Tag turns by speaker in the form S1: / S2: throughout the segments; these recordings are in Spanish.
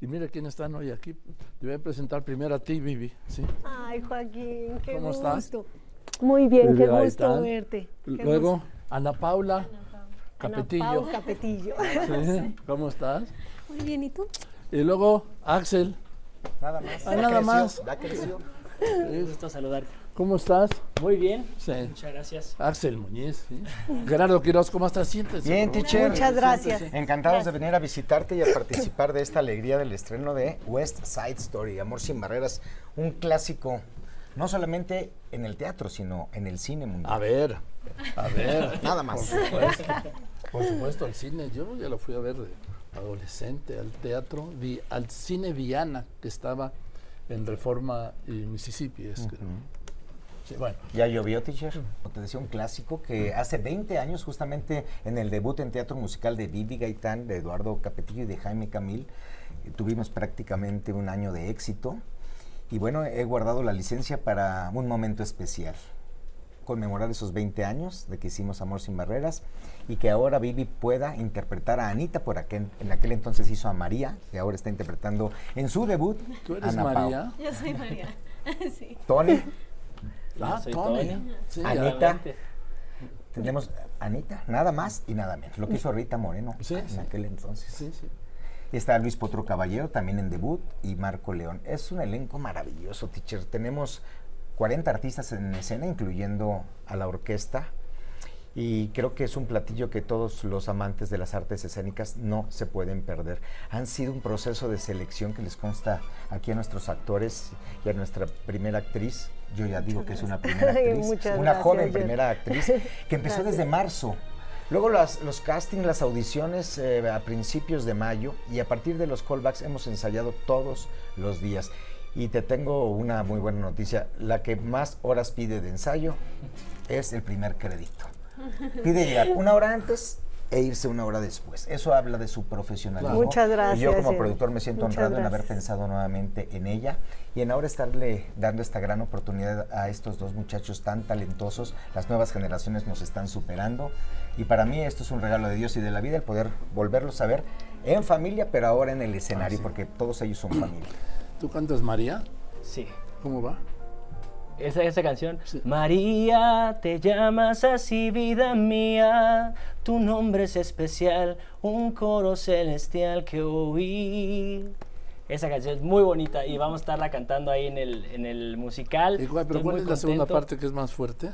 S1: Y mira quiénes están hoy aquí. Te voy a presentar primero a ti, Vivi. ¿sí?
S2: Ay, Joaquín, qué
S1: ¿Cómo
S2: gusto.
S1: estás?
S2: Muy bien, qué
S1: Vivi
S2: gusto
S1: Gaitán.
S2: verte. Qué
S1: Luego,
S2: gusto.
S1: Ana Paula
S2: Ana
S1: Capetillo.
S2: Pau Capetillo.
S1: Sí, ¿Cómo estás?
S3: Muy bien, ¿y tú?
S1: Y luego, Axel.
S4: Nada más.
S1: Ah, nada más.
S4: Ya creció.
S5: Un gusto saludarte.
S1: ¿Cómo estás?
S5: Muy bien.
S1: Sí.
S5: Muchas gracias.
S1: Axel Muñiz. ¿sí? Gerardo Quiroz, ¿cómo estás? Siéntese.
S4: Bien,
S1: por favor.
S4: teacher.
S2: Muchas gracias.
S4: Encantados de venir a visitarte y a participar de esta alegría del estreno de West Side Story, Amor sin Barreras, un clásico, no solamente en el teatro, sino en el cine
S1: A
S4: mundial.
S1: ver, a ver.
S4: Nada más.
S1: Por supuesto, por supuesto, al cine. Yo ya lo fui a ver de adolescente, al teatro, vi- al cine Viana, que estaba en Reforma y Mississippi. es que- Sí, bueno,
S4: Ya llovió, teacher. Te decía un clásico que hace 20 años, justamente en el debut en teatro musical de Vivi Gaitán, de Eduardo Capetillo y de Jaime Camil, eh, tuvimos prácticamente un año de éxito. Y bueno, he guardado la licencia para un momento especial. Conmemorar esos 20 años de que hicimos Amor sin Barreras y que ahora Vivi pueda interpretar a Anita, por aquel, en aquel entonces hizo a María, que ahora está interpretando en su debut.
S1: ¿tú eres
S4: Ana Pao.
S1: María?
S3: Yo soy María. sí.
S4: Tony,
S1: Ah,
S5: soy
S1: Tony.
S5: Tony.
S1: Sí,
S4: Anita.
S1: ya-
S5: Adelante.
S4: Tenemos a Anita, nada más y nada menos. Lo que hizo Rita Moreno
S1: Sí,
S4: en
S1: sí.
S4: aquel entonces.
S1: Sí, sí.
S4: Está Luis Potro Caballero también en debut y Marco León. Es un elenco maravilloso, teacher. Tenemos 40 artistas en escena, incluyendo a la orquesta. Y creo que es un platillo que todos los amantes de las artes escénicas no se pueden perder. Han sido un proceso de selección que les consta aquí a nuestros actores y a nuestra primera actriz. Yo ya digo que es una primera
S2: Ay,
S4: actriz,
S2: muchas
S4: una
S2: gracias,
S4: joven
S2: yo-
S4: primera actriz que empezó desde marzo. Luego las- los castings, las audiciones eh, a principios de mayo y a partir de los callbacks hemos ensayado todos los días. Y te tengo una muy buena noticia. La que más horas pide de ensayo es el primer crédito. Pide llegar una hora antes e irse una hora después. Eso habla de su profesionalismo.
S1: Claro.
S2: Muchas
S4: Y yo como
S2: gracias,
S4: productor me siento
S2: muchas
S4: honrado en haber
S2: gracias.
S4: pensado nuevamente en ella y en ahora estarle dando esta gran oportunidad a estos dos muchachos tan talentosos. Las nuevas generaciones nos están superando y para mí esto es un regalo de Dios y de la vida el poder volverlos a ver en familia, pero ahora en el escenario, porque todos ellos son familia.
S1: ¿Tú cantas María?
S5: Sí.
S1: ¿Cómo va?
S5: Esa, esa canción. María, te llamas así, vida mía. Tu nombre es especial, un coro celestial que oí. Esa canción es muy bonita y vamos a estarla cantando ahí en el, en el musical.
S1: ¿Y cuál- pero
S5: Estoy
S1: ¿cuál es
S5: muy
S1: la segunda
S5: contento.
S1: parte que es más fuerte?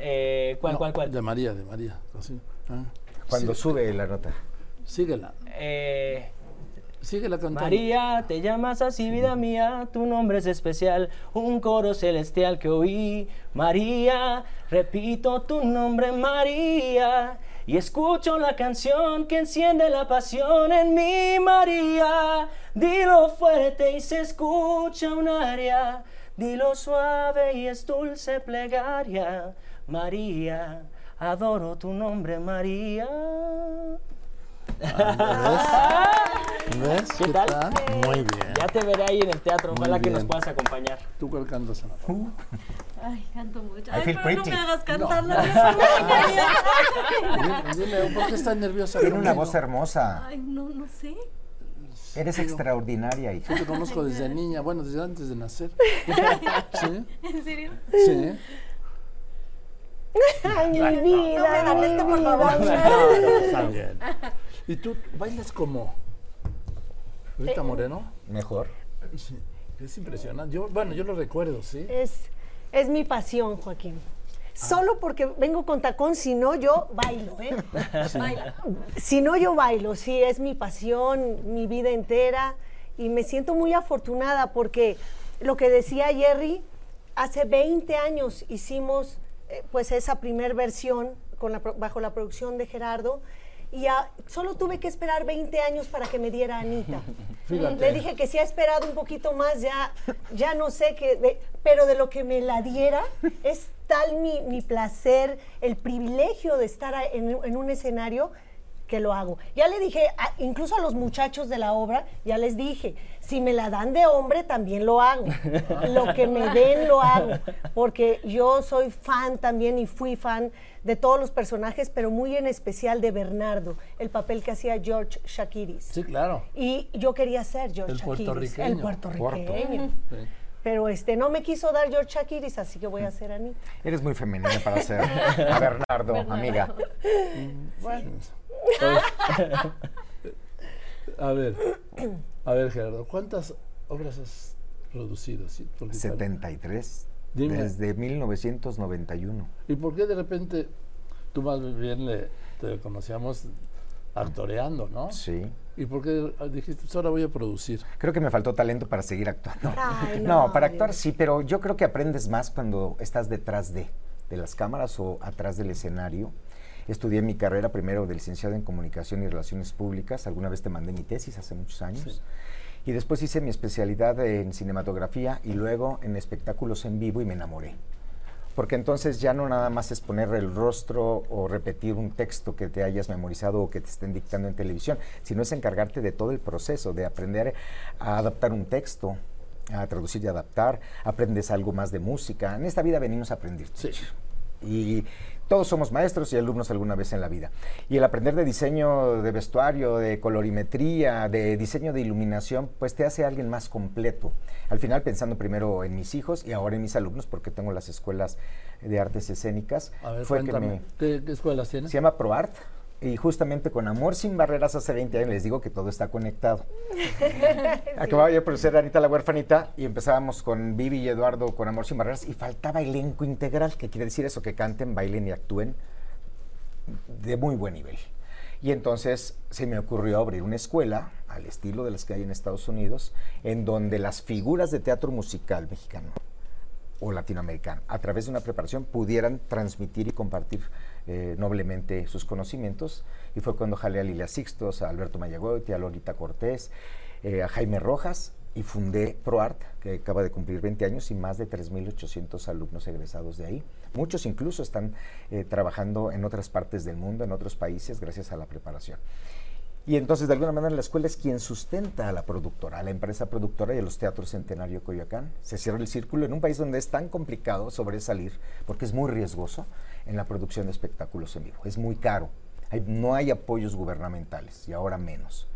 S5: Eh, ¿Cuál,
S1: No,
S5: cuál, cuál?
S1: De María, de María. Así. Ah.
S4: Cuando
S1: Sí,
S4: sube la nota.
S1: síguela,
S5: Eh,
S1: síguela cantando.
S5: María, te llamas así, vida mía, tu nombre es especial, un coro celestial que oí. María, repito tu nombre, María, y escucho la canción que enciende la pasión en mí, María. Dilo fuerte y se escucha un área, dilo suave y es dulce plegaria, María. Adoro tu nombre, María.
S1: ¿Ves? ¿Ves?
S5: ¿Qué tal?
S1: Muy bien.
S5: Ya te veré ahí en el teatro, ojalá que nos
S1: bien.
S5: puedas acompañar.
S1: ¿Tú cuál cantas, Ana Paula?
S3: Ay, canto mucho.
S4: I
S3: Ay,
S4: feel
S3: pero
S4: pretty.
S3: no me hagas cantar la no.
S1: Dime, dime, ¿por qué estás nerviosa?
S4: Tiene una
S1: conmigo?
S4: voz hermosa.
S3: Ay, no, no sé.
S4: Eres extraordinaria, hija.
S1: Yo te conozco desde niña, bueno, desde antes de nacer. ¿Sí?
S3: ¿En serio?
S1: ¿Sí?
S2: Ay, mi vida, mi vida.
S1: Está bien. ¿Y tú bailas como Rita Moreno?
S4: Mejor.
S1: Sí. Es impresionante. Yo, bueno, yo lo recuerdo, ¿sí?
S2: Es, es mi pasión, Joaquín. Solo porque vengo con tacón, si no yo bailo, ¿eh?
S3: Baila.
S2: Si no yo bailo, sí, es mi pasión, mi vida entera y me siento muy afortunada porque lo que decía Jerry, hace 20 años hicimos eh, pues esa primer versión con la pro- bajo la producción de Gerardo y a- solo tuve que esperar 20 años para que me diera Anita.
S1: Fíjate.
S2: Le dije que si ha esperado un poquito más, ya, ya no sé qué, de- pero de lo que me la diera es tal mi, mi placer, el privilegio de estar a- en, en un escenario, que que lo hago. Ya le dije, a- incluso a los muchachos de la obra, ya les dije, si me la dan de hombre, también lo hago. lo que me den, lo hago. Porque yo soy fan también y fui fan de todos los personajes, pero muy en especial de Bernardo, el papel que hacía George Shakiris.
S1: Sí, claro.
S2: Y yo quería ser George
S1: El
S2: Shakiris,
S1: puertorriqueño.
S2: El puertorriqueño.
S1: Sí.
S2: Pero este, no me quiso dar George Shakiris, así que voy a ser Anita.
S4: Eres muy femenina para ser a Bernardo, amiga.
S1: Mm, Bueno. A ver, a ver, Gerardo, ¿cuántas obras has producido? sí? Porque tal-
S4: 73.
S1: Dime.
S4: Desde 1991.
S1: ¿Y por qué de repente tú más bien le, te conocíamos actoreando, no?
S4: Sí.
S1: ¿Y por qué dijiste, "Pues ahora voy a producir?
S4: Creo que me faltó talento para seguir actuando.
S2: Ay,
S4: no,
S2: no,
S4: para
S2: Dios.
S4: actuar sí, pero yo creo que aprendes más cuando estás detrás de, de las cámaras o atrás del escenario. Estudié mi carrera primero de licenciado en Comunicación y Relaciones Públicas. Alguna vez te mandé mi tesis hace muchos años. Y después hice mi especialidad en cinematografía y luego en espectáculos en vivo y me enamoré. Porque entonces ya no nada más es poner el rostro o repetir un texto que te hayas memorizado o que te estén dictando en televisión, sino es encargarte de todo el proceso, de aprender a adaptar un texto, a traducir y adaptar, aprendes algo más de música. En esta vida venimos a aprender.
S1: Sí.
S4: Y todos somos maestros y alumnos alguna vez en la vida. Y el aprender de diseño de vestuario, de colorimetría, de diseño de iluminación, pues te hace alguien más completo. Al final pensando primero en mis hijos y ahora en mis alumnos, porque tengo las escuelas de artes escénicas,
S1: A ver,
S4: fue que
S1: cuéntame,
S4: me,
S1: ¿qué, qué escuelas tienes?
S4: se llama ProArt. Y justamente con Amor Sin Barreras hace 20 años les digo que todo está conectado. Acababa yo de producir Anita la huerfanita y empezábamos con Vivi y Eduardo con Amor Sin Barreras y faltaba elenco integral, que quiere decir eso, que canten, bailen y actúen de muy buen nivel. Y entonces se me ocurrió abrir una escuela al estilo de las que hay en Estados Unidos, en donde las figuras de teatro musical mexicano o latinoamericano, a través de una preparación, pudieran transmitir y compartir eh, noblemente sus conocimientos. Y fue cuando jalé a Lilia Sixtos, a Alberto Mayagoiti, a Lolita Cortés, eh, a Jaime Rojas y fundé ProArt, que acaba de cumplir 20 años y más de 3.800 alumnos egresados de ahí. Muchos incluso están eh, trabajando en otras partes del mundo, en otros países, gracias a la preparación. Y entonces, de alguna manera, la escuela es quien sustenta a la productora, a la empresa productora y a los teatros Centenario Coyoacán. Se cierra el círculo en un país donde es tan complicado sobresalir, porque es muy riesgoso en la producción de espectáculos en vivo. Es muy caro. Hay- no hay apoyos gubernamentales y ahora menos.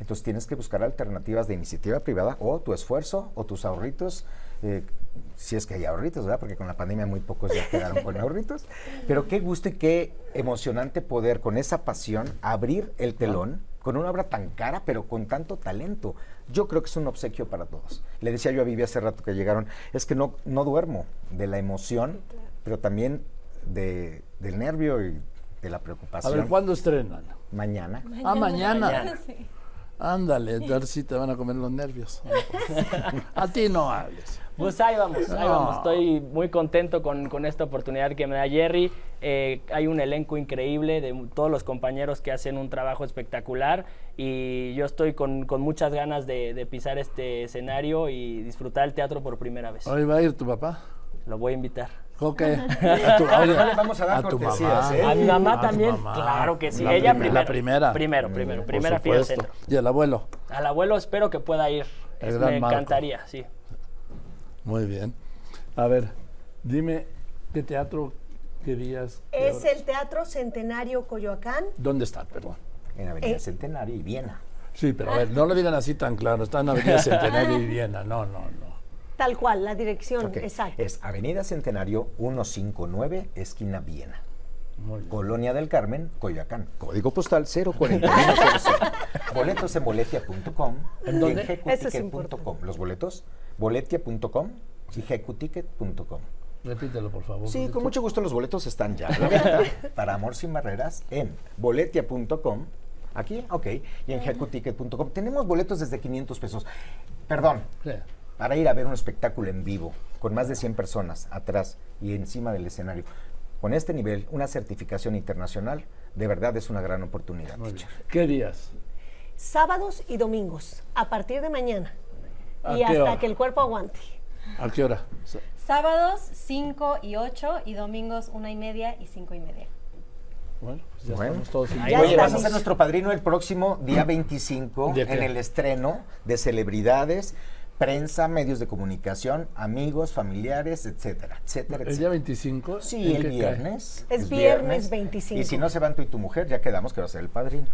S4: Entonces tienes que buscar alternativas de iniciativa privada o tu esfuerzo o tus ahorritos, eh, si es que hay ahorritos, ¿verdad? Porque con la pandemia muy pocos ya quedaron con ahorritos. Pero qué gusto y qué emocionante poder con esa pasión abrir el telón con una obra tan cara pero con tanto talento. Yo creo que es un obsequio para todos. Le decía yo a Vivi hace rato que llegaron, es que no, no duermo de la emoción, pero también de, del nervio y de la
S1: A
S4: preocupación.
S1: ver, ¿cuándo estrenan?
S4: Mañana.
S1: Ah, mañana.
S3: Sí.
S1: Ándale, a ver si te van a comer los nervios. a ti no hables.
S5: Pues ahí vamos, ahí
S1: No.
S5: vamos. Estoy muy contento con, con esta oportunidad que me da Jerry. Eh, hay un elenco increíble de mu- todos los compañeros que hacen un trabajo espectacular y yo estoy con, con muchas ganas de, de pisar este escenario y disfrutar el teatro por primera vez.
S1: Hoy va a ir tu papá.
S5: Lo voy a invitar.
S1: Coque. A tu, oye,
S4: No le vamos a dar
S1: tu
S4: cortesías,
S1: mamá.
S4: ¿eh?
S5: A mi mamá
S1: Ah, tu
S5: también,
S1: mamá.
S5: claro que sí.
S1: La
S5: Ella
S1: primera.
S5: primero.
S1: La primera. Mm,
S5: Primero, primero,
S1: Por
S5: primera fila
S1: supuesto.
S5: centro.
S1: Y el abuelo.
S5: Al abuelo espero que pueda ir.
S1: El
S5: Es-
S1: gran
S5: me
S1: Marco.
S5: encantaría, sí.
S1: Muy bien. A ver, dime qué teatro querías. que
S2: Es
S1: ahora-
S2: el Teatro Centenario Coyoacán.
S1: ¿Dónde está? Perdón.
S4: En Avenida
S2: Eh.
S4: Centenario y Viena.
S1: Sí, pero a ver, no lo digan así tan claro. Está en Avenida Centenario y Viena. No, no, no.
S2: Tal cual, la dirección,
S4: Ok,
S2: exacto.
S4: Es Avenida Centenario 159, esquina Viena.
S1: Muy bien.
S4: Colonia del Carmen, Coyoacán. Código postal 041900. boletos en boletia.com.
S1: ¿En dónde?
S4: y en
S2: Eso es
S4: jcuticket.com.
S2: importante.
S4: Los boletos, boletia.com y jcuticket.com.
S1: Repítelo, por favor.
S4: Sí,
S1: porque
S4: con
S1: tú-
S4: mucho gusto los boletos están ya a la venta para Amor Sin Barreras en boletia.com. Aquí, ok, y en jcuticket.com. Tenemos boletos desde 500 pesos. Perdón,
S1: Sí.
S4: para ir a ver un espectáculo en vivo con más de 100 personas atrás y encima del escenario. Con este nivel, una certificación internacional, de verdad es una gran oportunidad.
S1: Muy bien.
S4: teacher.
S1: ¿Qué días?
S2: Sábados y domingos, a partir de mañana.
S1: ¿A
S2: Y
S1: qué
S2: hasta
S1: hora?
S2: que el cuerpo aguante.
S1: ¿A qué hora? Sa-
S3: Sábados 5 y 8 y domingos 1 y media y 5 y media.
S1: Bueno, pues ya
S4: Bueno.
S1: estamos todos
S2: Ya
S4: Oye, vas a
S2: estamos.
S4: ser nuestro padrino el próximo
S1: Mm.
S4: día 25
S1: ¿De qué?
S4: en el estreno de celebridades, prensa, medios de comunicación, amigos, familiares, etcétera, etcétera,
S1: El día
S4: etcétera.
S1: 25.
S4: Sí,
S1: ¿en
S4: el
S1: qué cae?
S4: viernes.
S2: Es viernes 25.
S4: Y si no se van tú y tu mujer, ya quedamos que va a ser el padrino.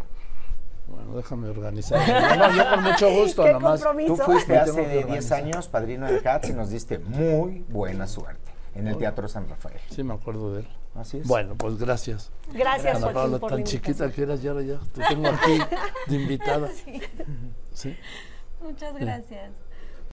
S1: Bueno, déjame organizar. No, no, yo con mucho gusto,
S2: Qué
S1: nada más.
S2: compromiso.
S4: Tú
S2: Hizo.
S4: fuiste
S1: Me tengo que
S4: hace 10
S1: organizar.
S4: años padrino de Cats y nos diste muy buena suerte en el Teatro San Rafael.
S1: Sí, me acuerdo de él.
S4: Así es.
S1: Bueno, pues gracias.
S2: Gracias,
S1: Ana
S2: Joaquín,
S1: Paula,
S2: por
S1: tan
S2: la
S1: chiquita
S2: invitación.
S1: que eras, ya, ahora ya te tengo aquí de invitada.
S3: Sí.
S1: Sí.
S3: Muchas gracias.